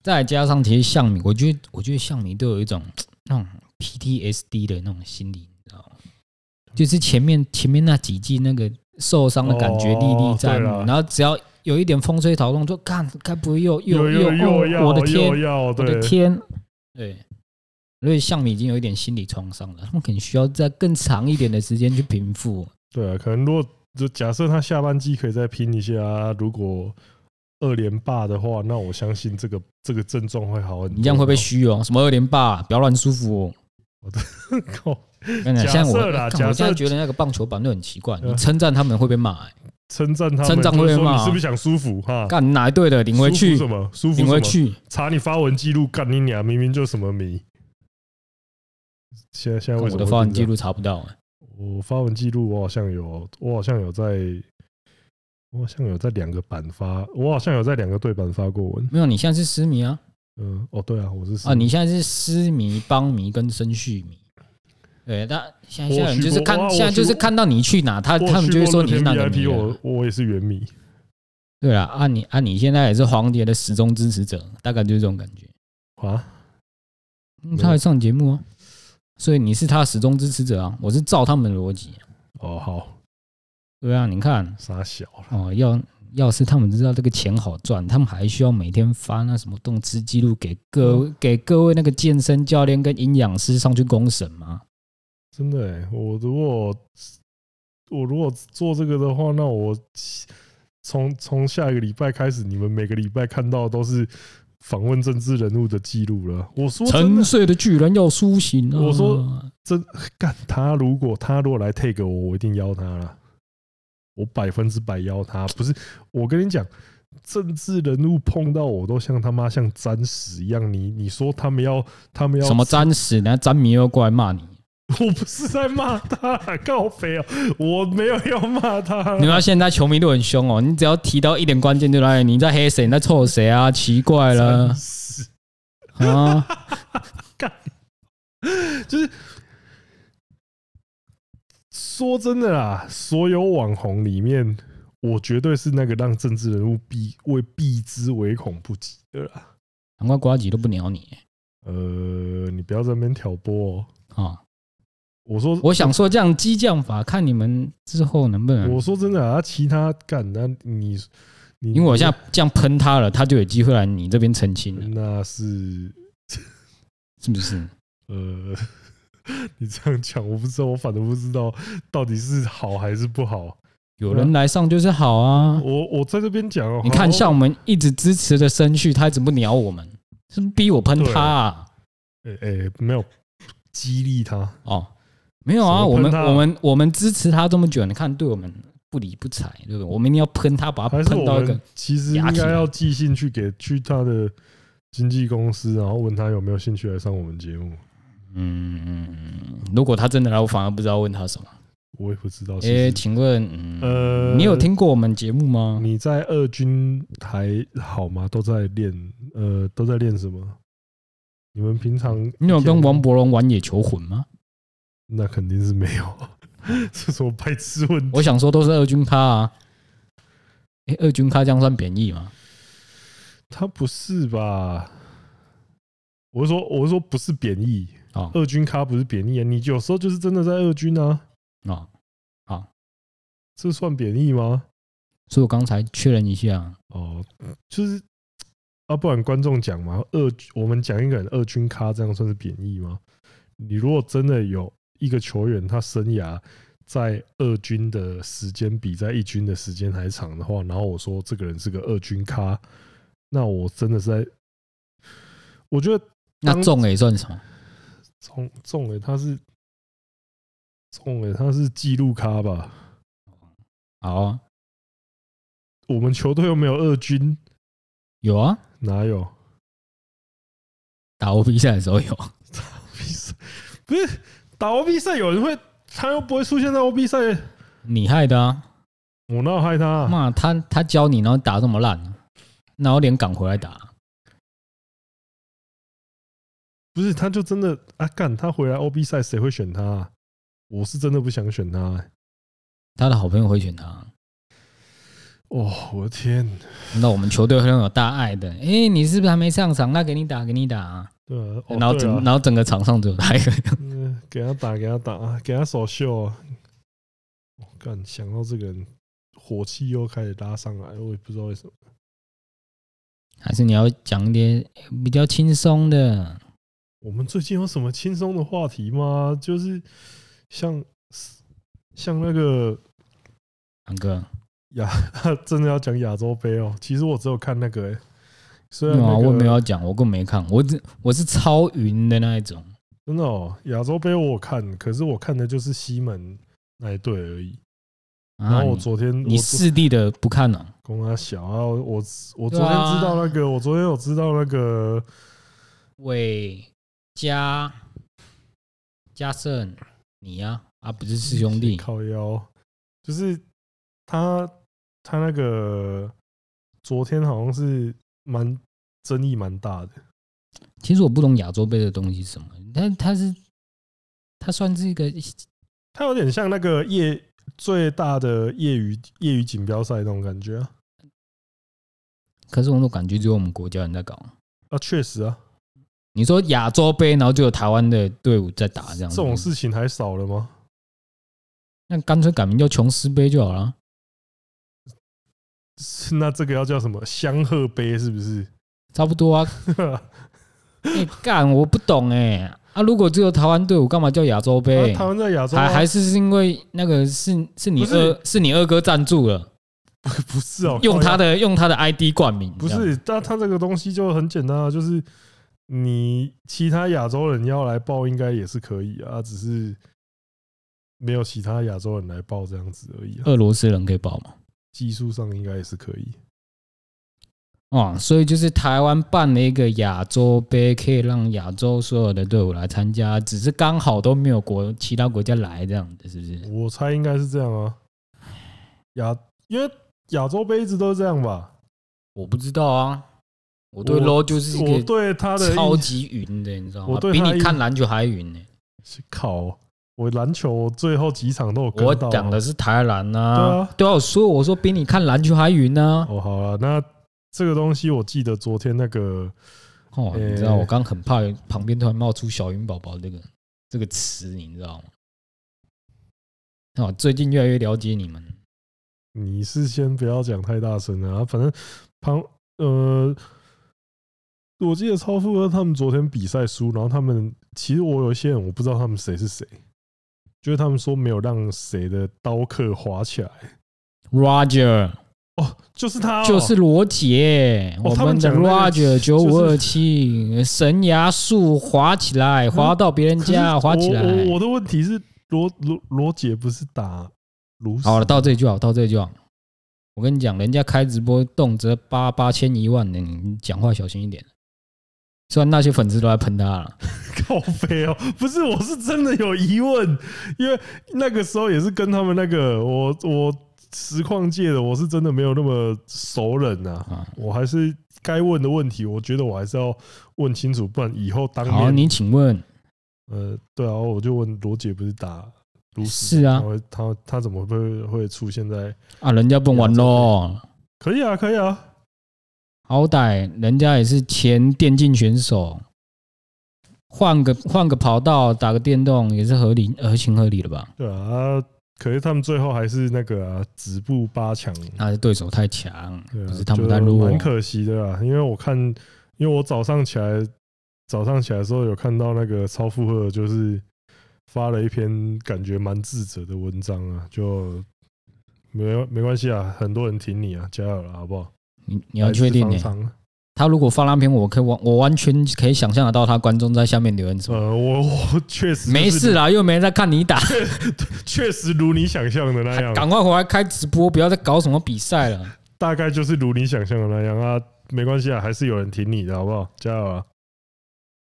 Speaker 2: 再加上其实象迷，我觉得我觉得象迷都有一种那种 PTSD 的那种心理，你知道吗？就是前面前面那几季那个受伤的感觉
Speaker 1: 哦
Speaker 2: 历历在目，
Speaker 1: 对啦
Speaker 2: 然后只要有一点风吹草动，就干该不会又又
Speaker 1: 又
Speaker 2: 又
Speaker 1: 要
Speaker 2: 哦我的天
Speaker 1: 又，要
Speaker 2: 我的
Speaker 1: 对，
Speaker 2: 天，对，所以象迷已经有一点心理创伤了，他们可能需要在更长一点的时间去平复。
Speaker 1: 对啊，可能如果就假设他下半季可以再拼一下、啊如果二连霸的话，那我相信这个这个症状会好很多。
Speaker 2: 你这样会不会虚哦？什么二连霸，不要乱舒服哦。
Speaker 1: 靠
Speaker 2: 我跟你
Speaker 1: 假
Speaker 2: 讲，现在我
Speaker 1: 设啦
Speaker 2: 干我
Speaker 1: 假
Speaker 2: 现在
Speaker 1: 设
Speaker 2: 觉得那个棒球版都很奇怪，
Speaker 1: 呃
Speaker 2: 你称赞他们会被骂、欸，
Speaker 1: 称赞他们？
Speaker 2: 称赞
Speaker 1: 就是
Speaker 2: 会
Speaker 1: 说
Speaker 2: 骂
Speaker 1: 你是不是想舒服哈？
Speaker 2: 干你哪一队的领回
Speaker 1: 啊舒服，
Speaker 2: 去
Speaker 1: 什么？舒服
Speaker 2: 领
Speaker 1: 什
Speaker 2: 回
Speaker 1: 么？
Speaker 2: 去。
Speaker 1: 查你发文记录，干你娘！明明就什么迷。现在现在哎
Speaker 2: 干
Speaker 1: 为
Speaker 2: 我
Speaker 1: 什么
Speaker 2: 的
Speaker 1: 会
Speaker 2: 发文
Speaker 1: 变这
Speaker 2: 记
Speaker 1: 样？
Speaker 2: 录查不到、欸，
Speaker 1: 我发文记录，我好像有，我好像有在，我好像有在两个版发，我好像有在两个对版发过文。
Speaker 2: 没有，你现在是失迷啊
Speaker 1: 嗯，哦，对啊，我是
Speaker 2: 啊！你现在是失迷、帮迷跟申旭迷。对，但现在现在人就是看
Speaker 1: 我去过，
Speaker 2: 现在就是看到你去哪，他
Speaker 1: 我
Speaker 2: 他们
Speaker 1: 去
Speaker 2: 就会
Speaker 1: 过
Speaker 2: 说
Speaker 1: 乐
Speaker 2: 你
Speaker 1: 天
Speaker 2: 是哪个迷
Speaker 1: VIP，
Speaker 2: 啊。
Speaker 1: 我我也是原迷。
Speaker 2: 对啊，啊你啊你现在也是黄杰的始终支持者，大概就是这种感觉。
Speaker 1: 啊，
Speaker 2: 嗯他还上节目啊，所以你是他的始终支持者啊，我是照他们的逻辑啊。
Speaker 1: 哦，好，
Speaker 2: 对啊，你看
Speaker 1: 傻小了，
Speaker 2: 哦，要要是他们知道这个钱好赚，他们还需要每天发那什么动词记录给各
Speaker 1: 嗯
Speaker 2: 给各位那个健身教练跟营养师上去公审吗？
Speaker 1: 真的欸、我如果我如果做这个的话，那我从从下一个礼拜开始，你们每个礼拜看到都是访问政治人物的记录了。我说真
Speaker 2: 沉
Speaker 1: 的，啊
Speaker 2: 睡的巨人要苏醒啊！
Speaker 1: 我说干他如果他如果来 take 我，我一定邀他了，我百分之百邀他。不是，我跟你讲。政治人物碰到我都像他妈像沾屎一样，你你说他们要他们要
Speaker 2: 什么詹死，然后詹迷又过来骂你，
Speaker 1: 我不是在骂他，告肥哦，我没有要骂他。
Speaker 2: 你们现在球迷都很凶哦，你只要提到一点关键就来，你在黑谁，你在臭谁啊？奇怪了
Speaker 1: 真是
Speaker 2: 啊！
Speaker 1: 就是说真的啦，所有网红里面，我绝对是那个让政治人物避为避之唯恐不及的啦。
Speaker 2: 难怪瓜吉都不鸟你
Speaker 1: 呃，你不要在那边挑拨、哦。
Speaker 2: 啊、
Speaker 1: 我说，
Speaker 2: 我想说这样激将法，看你们之后能不能
Speaker 1: 我说真的啊，其他干那你你
Speaker 2: 因为我现在这样喷他了，他就有机会来你这边澄清了，
Speaker 1: 那是
Speaker 2: 是不是？
Speaker 1: 呃， 你这样讲，我不知道，我反正不知道到底是好还是不好。
Speaker 2: 有人来上就是好啊！
Speaker 1: 我我在这边讲哦，
Speaker 2: 你
Speaker 1: 好
Speaker 2: 看，像我们一直支持的声绪，他一直不鸟我们，是不是逼我喷他啊？
Speaker 1: 哎哎、没有激励他，
Speaker 2: 哦，没有啊，
Speaker 1: 什么
Speaker 2: 我们
Speaker 1: 喷他
Speaker 2: 我们我们支持他这么久，你看对我们不理不睬，对不对？我们一定要喷他，把他
Speaker 1: 还是
Speaker 2: 啊喷
Speaker 1: 我
Speaker 2: 到一个
Speaker 1: 们其实应该要寄信去给去他的经纪公司，然后问他有没有兴趣来上我们节目。
Speaker 2: 嗯嗯嗯。如果他真的来，我反而不知道问他什么。
Speaker 1: 我也不知道，其
Speaker 2: 诶，
Speaker 1: 实
Speaker 2: 请问，嗯，
Speaker 1: 呃
Speaker 2: 你有听过我们节目吗？
Speaker 1: 你在二军还好吗？都在练，呃，都在练什么？你们平常
Speaker 2: 嗯你有跟王
Speaker 1: 博？
Speaker 2: 伯荣玩野球魂吗？
Speaker 1: 那肯定是没有， 这什么白痴问题？
Speaker 2: 我想说都是二军咖啊。诶，二军咖这样算便宜吗？
Speaker 1: 他不是吧？我是说，我是说不是贬义，
Speaker 2: 哦
Speaker 1: 二军咖不是贬义啊！你有时候就是真的在二军啊，
Speaker 2: 哦，
Speaker 1: 这算贬义吗？
Speaker 2: 所以我刚才确认一下，
Speaker 1: 哦，就是啊，不然观众讲嘛，二我们讲一个人二军咖，这样算是贬义吗？你如果真的有一个球员，他生涯在二军的时间比在一军的时间还长的话，然后我说这个人是个二军咖，那我真的是在，我觉得
Speaker 2: 那
Speaker 1: 当
Speaker 2: 中也算什么？
Speaker 1: 中中了他是中了他是记录咖吧？
Speaker 2: 好啊，
Speaker 1: 我们球队又没有二军，
Speaker 2: 有啊，
Speaker 1: 哪有？
Speaker 2: 打 O B 赛的时候有。
Speaker 1: 比赛不是打 OB 赛，有人会他又不会出现在 OB 赛，
Speaker 2: 你害的啊！
Speaker 1: 我哪有害他、啊？
Speaker 2: 妈，他他教你，然后打这么烂啊，然后连赶回来打，
Speaker 1: 不是，他就真的啊干，他回来 OB 赛谁会选他、啊？我是真的不想选他、欸
Speaker 2: 他的好朋友会选他。
Speaker 1: 哦，我的天，
Speaker 2: 那我们球队会很有大爱的。诶，你是不是还没上场？那给你打，给你打、啊。
Speaker 1: 对啊，哦
Speaker 2: 然后整、
Speaker 1: 对啊
Speaker 2: 然后整个场上只有他一个人。
Speaker 1: 嗯给他打，给他打，给他手秀啊！我、干，想到这个人，火气又开始拉上来，我也不知道为什么。
Speaker 2: 还是你要讲一点比较轻松的？
Speaker 1: 我们最近有什么轻松的话题吗？就是像像那个
Speaker 2: 两个，
Speaker 1: 真的要讲亚洲杯哦。其实我只有看那个、欸，虽
Speaker 2: 没
Speaker 1: 然、那
Speaker 2: 有啊，
Speaker 1: 个、
Speaker 2: 我也没有要讲，我更没看，我只我是超云的那一种。
Speaker 1: 真的哦。亚洲杯我有看，可是我看的就是西门那一队而已。然
Speaker 2: 啊，
Speaker 1: 后我
Speaker 2: 你
Speaker 1: 昨天
Speaker 2: 你四弟的不看了、
Speaker 1: 公阿小啊，我我我昨
Speaker 2: 对
Speaker 1: 天
Speaker 2: 啊
Speaker 1: 知道那个，我昨天有知道那个
Speaker 2: 伟加加胜，你呀、啊，不是四兄弟，
Speaker 1: 靠腰，就是他他那个昨天好像是蛮争议蛮大的。
Speaker 2: 其实我不懂亚洲杯的东西是什么，但它是它算是一个
Speaker 1: 他有点像那个业最大的业余业余锦标赛那种感觉啊，
Speaker 2: 可是我总感觉只有我们国家人在搞。
Speaker 1: 啊确实啊，
Speaker 2: 你说亚洲杯，然后就有台湾的队伍在打这
Speaker 1: 这
Speaker 2: 样子，
Speaker 1: 种事情还少了吗？
Speaker 2: 那干脆改名叫琼斯杯就好了。
Speaker 1: 是那这个要叫什么香鹤杯是不是？
Speaker 2: 差不多啊，哎、干，我不懂哎、啊，如果只有台湾队伍，干嘛叫亚洲杯？
Speaker 1: 啊台湾在亚洲啊
Speaker 2: 还还是是因为那个是是你
Speaker 1: 不是
Speaker 2: 二是你二哥赞助了，
Speaker 1: 不是哦，
Speaker 2: 用他
Speaker 1: 的
Speaker 2: 的用他的 ID 冠名，
Speaker 1: 不
Speaker 2: 这样
Speaker 1: 是，但他这个东西就很简单啊，就是你其他亚洲人要来报，应该也是可以啊，只是没有其他亚洲人来报这样子而已、啊，
Speaker 2: 俄罗斯人可以报吗？
Speaker 1: 技术上应该也是可以。
Speaker 2: 哦，所以就是台湾办了一个亚洲杯，可以让亚洲所有的队伍来参加，只是刚好都没有国其他国家来这样子，是不是？
Speaker 1: 我猜应该是这样啊，亚因为亚洲杯一直都是这样吧。
Speaker 2: 我不知道啊，我对
Speaker 1: 我
Speaker 2: LO 就是一
Speaker 1: 我
Speaker 2: 个
Speaker 1: 对他的印
Speaker 2: 超级云的，你知道吗
Speaker 1: 我？对
Speaker 2: 比
Speaker 1: 他的
Speaker 2: 你
Speaker 1: 印
Speaker 2: 看篮球还云呢、
Speaker 1: 靠，我篮球最后几场都有跟
Speaker 2: 我
Speaker 1: 到啊
Speaker 2: 讲的是台篮
Speaker 1: 对
Speaker 2: 呐
Speaker 1: 啊，
Speaker 2: 对啊，我说我说比你看篮球还云啊呢、
Speaker 1: 哦，好了，那这个东西我记得昨天那个，
Speaker 2: 哦，
Speaker 1: 呃
Speaker 2: 你知道我刚很怕旁边突然冒出“小云宝宝”这个这个哦词，你知道吗？那我最近越来越了解你们，
Speaker 1: 你是先不要讲太大声啊，反正旁呃，我记得超富哥他们昨天比赛输，然后他们其实我有一些人我不知道他们谁是谁，就是他们说没有让谁的刀客滑起来，
Speaker 2: Roger
Speaker 1: 哦，就是他哦、
Speaker 2: 就是罗杰，
Speaker 1: 哦
Speaker 2: 我
Speaker 1: 他们
Speaker 2: 的
Speaker 1: 讲那个
Speaker 2: Roger 九五
Speaker 1: 就
Speaker 2: 二
Speaker 1: 是
Speaker 2: 七神牙术滑起来，滑到别人
Speaker 1: 嗯可是
Speaker 2: 家滑起来。
Speaker 1: 我我我的问题是罗罗罗姐不是打卢斯
Speaker 2: 好了，到这里就好，到这里就好。我跟你讲，人家开直播动辄八八千一万的，你讲话小心一点。虽然那些粉丝都在喷他了，
Speaker 1: 靠飞哦，不是，我是真的有疑问，因为那个时候也是跟他们那个我我实况界的，我是真的没有那么熟人呐、
Speaker 2: 啊
Speaker 1: 我还是该问的问题，我觉得我还是要问清楚，不然以后当
Speaker 2: 好，
Speaker 1: 面
Speaker 2: 你请问
Speaker 1: 呃，对啊，我就问罗姐不是打卢斯，
Speaker 2: 是啊
Speaker 1: 他会他他怎么会会出现在？
Speaker 2: 啊，人家蹦完喽，
Speaker 1: 可以啊，可以啊，
Speaker 2: 好歹人家也是前电竞选手，换个换个跑道打个电动也是合理合情合理的吧？
Speaker 1: 对啊啊，可是他们最后还是那个啊，止步八强。
Speaker 2: 那是对手太强，
Speaker 1: 对啊
Speaker 2: 不是他们
Speaker 1: 就
Speaker 2: 太弱
Speaker 1: 蛮。可惜的啦。因为我看，因为我早上起来，早上起来的时候有看到那个超负荷，就是发了一篇感觉蛮智者的文章啊，就没没关系啊，很多人挺你啊，加油了，好不好？
Speaker 2: 你你
Speaker 1: 你
Speaker 2: 要确定呢、嗯
Speaker 1: 欸？
Speaker 2: 他如果发那篇，我可以完我完全可以想象得到他观众在下面留言什么。
Speaker 1: 呃，我我确实
Speaker 2: 没事
Speaker 1: 啊，
Speaker 2: 啦，又没人在看你打，
Speaker 1: 确实如你想象的那样，
Speaker 2: 赶快回来开直播，不要再搞什么比赛了。
Speaker 1: 大概就是如你想象的那样啊，没关系啊，还是有人挺你的，好不好？加油啊！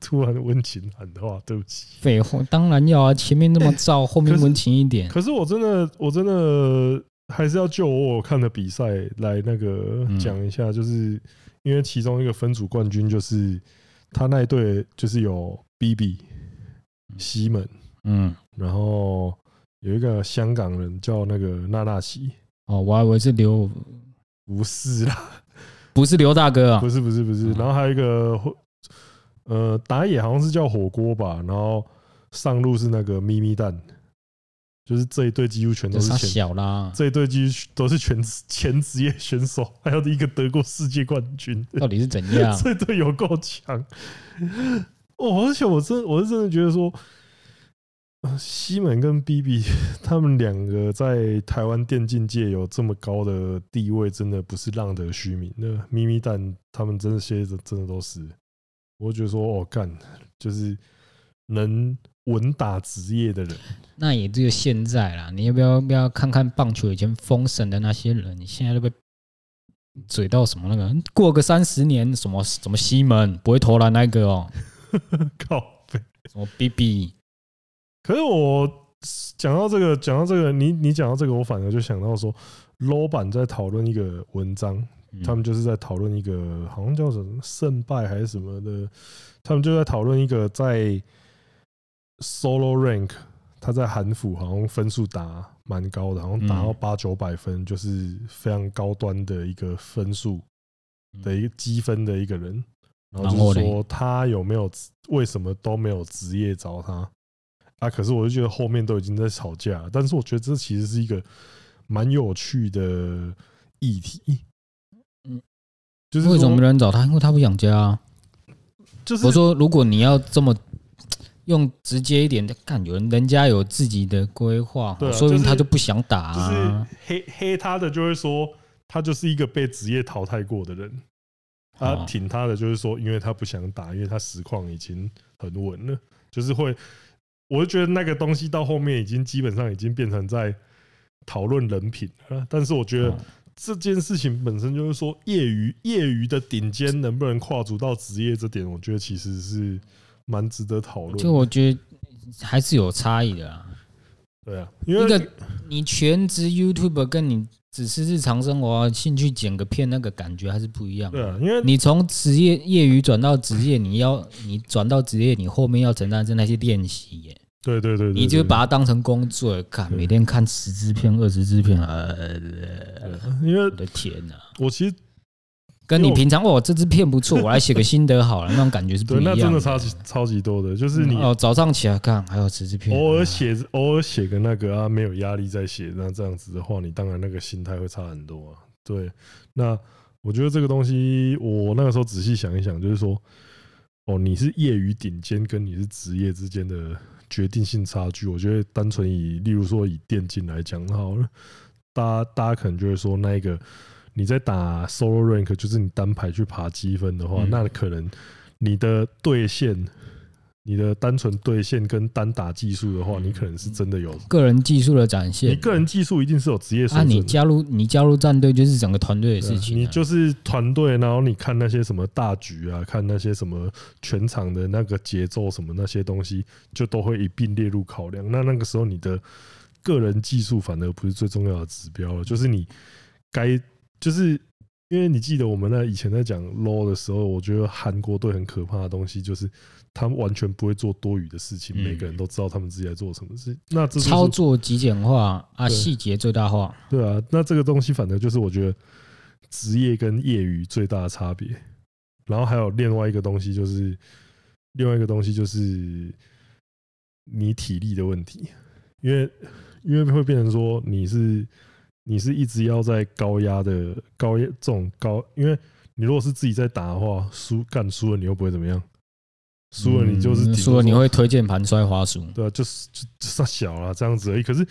Speaker 1: 突然温情喊话，对不起。
Speaker 2: 废话，当然要啊，前面那么燥，后面
Speaker 1: 可是
Speaker 2: 温情一点。
Speaker 1: 可是我真的，我真的还是要就我看的比赛来那个
Speaker 2: 嗯
Speaker 1: 讲一下，就是因为其中一个分组冠军就是他那一队就是有 BB 西门，
Speaker 2: 嗯，
Speaker 1: 然后有一个香港人叫那个纳纳西，
Speaker 2: 哦，我还以为是刘，
Speaker 1: 不是啦，
Speaker 2: 不是刘大哥啊
Speaker 1: 不，是不是不是，
Speaker 2: 嗯
Speaker 1: 然后还有一个呃打野好像是叫火锅吧，然后上路是那个咪咪蛋，就是这一队几乎全
Speaker 2: 这
Speaker 1: 都是
Speaker 2: 他
Speaker 1: 前
Speaker 2: 小啦，
Speaker 1: 这一队几乎都是全职前职业选手，还有一个得过世界冠军，
Speaker 2: 到底是怎样？
Speaker 1: 这一队有够强。哦，而且我真我是真的觉得说，呃西门跟 BB 他们两个在台湾电竞界有这么高的地位，真的不是浪得虚名。那咪咪蛋他们真的些的真的都是，我就觉得说，哦，干，就是能稳打职业的人，
Speaker 2: 那也只有现在啦。你要不要不要看看棒球以前封神的那些人，你现在都被嘴到什么那个？过个三十年，什么什么西门不会投篮那个哦，
Speaker 1: 靠北。
Speaker 2: 什么 BB
Speaker 1: 可是我讲到这个，讲到这个，你你讲到这个，我反而就想到说，low 版在讨论一个文章，
Speaker 2: 嗯
Speaker 1: 他们就是在讨论一个好像叫什么胜败还是什么的，他们就在讨论一个在 solo rank，他在韩服好像分数打蛮高的，好像打到
Speaker 2: 嗯
Speaker 1: 八九百分，就是非常高端的一个分数
Speaker 2: 嗯
Speaker 1: 的一个积分的一个人，然
Speaker 2: 然
Speaker 1: 后
Speaker 2: 后
Speaker 1: 就是
Speaker 2: 嘞
Speaker 1: 说他有没有职为什么都没有职业找他啊？可是我就觉得后面都已经在吵架了，但是我觉得这其实是一个蛮有趣的议题。
Speaker 2: 嗯
Speaker 1: 就是
Speaker 2: 为什么没
Speaker 1: 说
Speaker 2: 人找他？因为他不想家、啊。
Speaker 1: 就是
Speaker 2: 我说，如果你要这么用直接一点的，干有人人家有自己的规划，
Speaker 1: 对啊
Speaker 2: 说明
Speaker 1: 就
Speaker 2: 他
Speaker 1: 是
Speaker 2: 就不想打、
Speaker 1: 就是
Speaker 2: 啊。
Speaker 1: 黑黑他的就会说他就是一个被职业淘汰过的人，他
Speaker 2: 哦
Speaker 1: 挺他的就是说，因为他不想打，因为他实况已经很稳了，就是会，我就觉得那个东西到后面已经基本上已经变成在讨论人品了。但是我觉得
Speaker 2: 哦
Speaker 1: 这件事情本身就是说，业余业余的顶尖能不能跨足到职业这点，我觉得其实是蛮值得讨论的。
Speaker 2: 就我觉得还是有差异的啊。
Speaker 1: 对啊，因
Speaker 2: 一
Speaker 1: 为
Speaker 2: 个你全职 YouTube 跟你只是日常生活兴趣剪个片，那个感觉还是不一样的。
Speaker 1: 对啊，因为
Speaker 2: 你从职业业余转到职业，你要你转到职业，你后面要承担是那些练习耶，
Speaker 1: 对对对对，
Speaker 2: 你就
Speaker 1: 对
Speaker 2: 把它当成工作，看
Speaker 1: 对
Speaker 2: 每天看十啊支片、二十支片，呃，
Speaker 1: 因为
Speaker 2: 我的天哪、
Speaker 1: 我其实
Speaker 2: 跟
Speaker 1: 因为
Speaker 2: 你
Speaker 1: 我
Speaker 2: 平常哦，这支片不错，我来写个心得好了，那种感觉是不
Speaker 1: 对，
Speaker 2: 一样
Speaker 1: 那真的
Speaker 2: 的。
Speaker 1: 超级超级多的，就是你哦
Speaker 2: 哦，早上起来看还有这支片，啊
Speaker 1: 偶尔写偶尔写个那个啊，没有压力再写，那这样子的话，你当然那个心态会差很多啊。对，那我觉得这个东西，我那个时候仔细想一想，就是说，哦，你是业余顶尖跟你是职业之间的决定性差距，我觉得单纯以例如说以电竞来讲好了，大家大家可能就会说那一个。你在打 solo rank，就是你单排去爬积分的话，
Speaker 2: 嗯
Speaker 1: 那可能你的对线你的单纯对线跟单打技术的话，
Speaker 2: 嗯
Speaker 1: 你可能是真的有，
Speaker 2: 个人技术的展现。
Speaker 1: 你个人技术一定是有职业水
Speaker 2: 啊，
Speaker 1: 准的。
Speaker 2: 你加入你加入战队就是整个团队的
Speaker 1: 对啊
Speaker 2: 事情啊，
Speaker 1: 你就是团队，然后你看那些什么大局啊，看那些什么全场的那个节奏什么那些东西，就都会一并列入考量。那那个时候你的个人技术反而不是最重要的指标了，就是你该就是。因为你记得我们那以前在讲 low 的时候，我觉得韩国队很可怕的东西就是他们完全不会做多余的事情，
Speaker 2: 嗯
Speaker 1: 每个人都知道他们自己在做什么事。那这就是
Speaker 2: 操作极简化啊，
Speaker 1: 对
Speaker 2: 细节最大化。
Speaker 1: 对啊，那这个东西反正就是我觉得职业跟业余最大的差别。然后还有另外一个东西就是，另外一个东西就是你体力的问题，因为因为会变成说你是你是一直要在高压的高压这种高，因为你如果是自己在打的话，输干输了你又不会怎么样，输了你就是顶
Speaker 2: 嗯
Speaker 1: 多
Speaker 2: 输了，你
Speaker 1: 说
Speaker 2: 会推键盘摔滑鼠。
Speaker 1: 对啊，就是就就算小了这样子而已。可是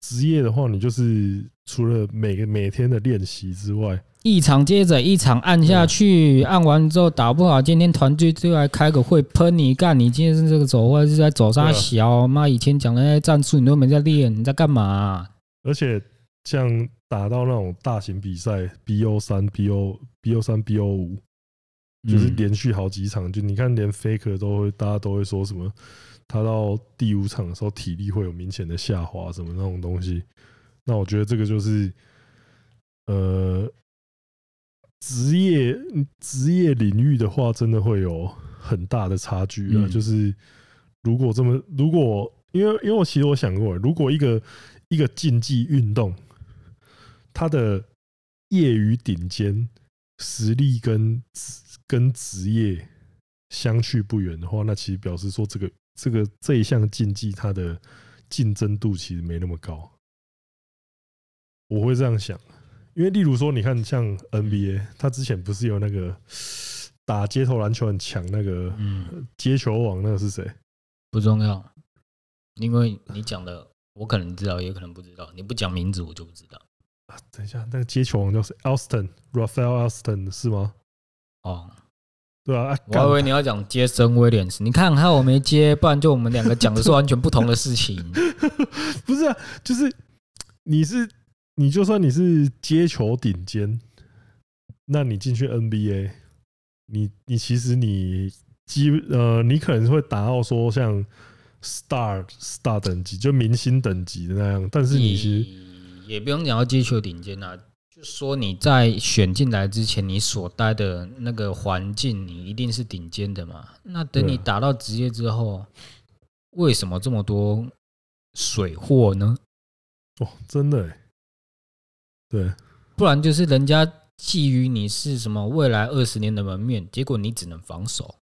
Speaker 1: 职业的话，你就是除了每个每天的练习之外，
Speaker 2: 一场接着一场按下去，按完之后打不好，今天团队就来开个会喷你，干你今天是这个走，或者是在走
Speaker 1: 对
Speaker 2: 沙
Speaker 1: 啊
Speaker 2: 小，妈以前讲的那些战术你都没在练，你在干嘛啊？
Speaker 1: 而且像打到那种大型比赛，BO 三、BO、BO 三、BO 五，就是
Speaker 2: 嗯
Speaker 1: 连续好几场，就你看连 Faker 都会，大家都会说什么，他到第五场的时候体力会有明显的下滑，什么那种东西。那我觉得这个就是，呃，职业职业领域的话，真的会有很大的差距啊。
Speaker 2: 嗯
Speaker 1: 就是如果这么，如果因为因为我其实我想过，如果一个一个竞技运动，它的业余顶尖实力跟职跟职业相去不远的话，那其实表示说这个这个这一项竞技它的竞争度其实没那么高。我会这样想，因为例如说，你看像 NBA，它之前不是有那个打街头篮球很强那个
Speaker 2: 嗯，
Speaker 1: 接球王，那个是谁？
Speaker 2: 不重要，因为你讲的我可能知道，也可能不知道，你不讲名字我就不知道。
Speaker 1: 啊等一下，那个接球王叫谁？Alston Raphael Alston 是吗？
Speaker 2: 哦，
Speaker 1: 对啊，啊
Speaker 2: 我还以为你要讲杰森威廉斯，你看还好我没接，不然就我们两个讲的是完全不同的事情。
Speaker 1: 不是啊，就是你是你就算你是接球顶尖，那你进去 NBA，你你其实你基呃，你可能会达到说像 star star 等级，就明星等级的那样，但 是你其实
Speaker 2: 也也不用讲到接球顶尖啊，就说你在选进来之前，你所待的那个环境，你一定是顶尖的嘛。那等
Speaker 1: 对啊
Speaker 2: 你打到职业之后，为什么这么多水货呢？
Speaker 1: 哦，真的、欸，对，
Speaker 2: 不然就是人家觊觎你是什么未来二十年的门面，结果你只能防守，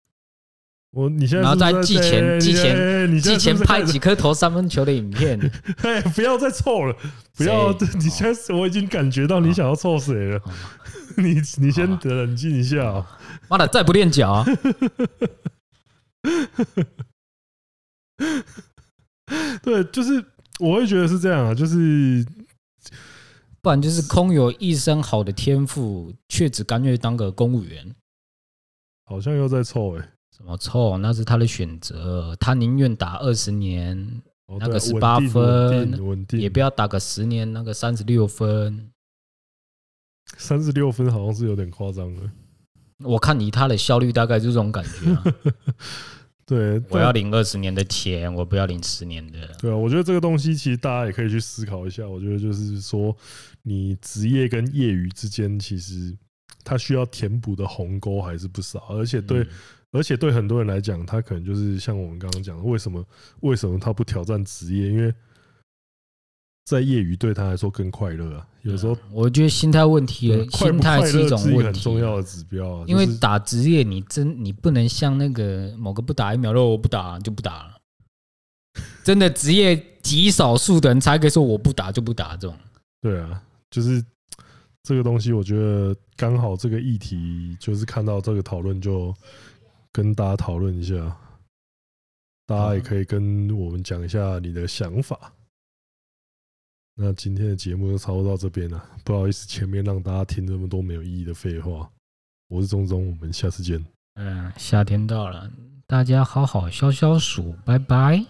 Speaker 1: 我你现在
Speaker 2: 然后
Speaker 1: 是不是
Speaker 2: 再
Speaker 1: 在
Speaker 2: 寄钱
Speaker 1: 哎
Speaker 2: 寄钱
Speaker 1: 哎你现
Speaker 2: 之
Speaker 1: 在是
Speaker 2: 前
Speaker 1: 不是
Speaker 2: 拍
Speaker 1: 开始
Speaker 2: 几颗投三分球的影片，
Speaker 1: 哎，不要再凑了，不要，
Speaker 2: 谁哦
Speaker 1: 你现在我已经感觉到你想要凑谁了
Speaker 2: 好，
Speaker 1: 你你先
Speaker 2: 好吧
Speaker 1: 冷静一下哦。
Speaker 2: 妈的，再不练脚、啊，
Speaker 1: 对，就是我会觉得是这样啊，就是
Speaker 2: 不然就是空有一身好的天赋，却只甘愿当个公务员。
Speaker 1: 好像又在凑哎、
Speaker 2: 什么臭？那是他的选择，他宁愿打二十年，
Speaker 1: 哦
Speaker 2: 那
Speaker 1: 对
Speaker 2: 个
Speaker 1: 啊
Speaker 2: 18
Speaker 1: 稳定稳定稳定，
Speaker 2: 也不要打个十年，那个三十六分。
Speaker 1: 三十六分，好像是有点夸张了。
Speaker 2: 我看以他的效率，大概就这种感 觉、啊。
Speaker 1: 对，
Speaker 2: 我要
Speaker 1: 但
Speaker 2: 领二十年的钱，我不要领十年的。
Speaker 1: 对啊，我觉得这个东西其实大家也可以去思考一下。我觉得就是说，你职业跟业余之间，其实它需要填补的鸿沟还是不少，而且对
Speaker 2: 嗯，
Speaker 1: 而且对很多人来讲，他可能就是像我们刚刚讲的，为什么为什么他不挑战职业？因为在业余对他来说更快乐啊。有时候
Speaker 2: 嗯我觉得心态问题
Speaker 1: 对
Speaker 2: 了，
Speaker 1: 快
Speaker 2: 心
Speaker 1: 不
Speaker 2: 态
Speaker 1: 快
Speaker 2: 是一
Speaker 1: 乐
Speaker 2: 种
Speaker 1: 是一个
Speaker 2: 问
Speaker 1: 很
Speaker 2: 题，
Speaker 1: 重要的指标啊。
Speaker 2: 因为
Speaker 1: 就是
Speaker 2: 打职业，你真你不能像那个某个不打疫苗的我不打就不打了， 真的职业极少数的人才可以说我不打就不打这种。
Speaker 1: 对啊，就是这个东西，我觉得刚好这个议题，就是看到这个讨论，就跟大家讨论一下。大家也
Speaker 2: 啊
Speaker 1: 可以跟我们讲一下你的想法。那今天的节目就差不多到这边了，不好意思，前面让大家听这么多没有意义的废话。我是钟钟，我们下次见。
Speaker 2: 嗯，夏天到了，大家好好消消暑，拜拜。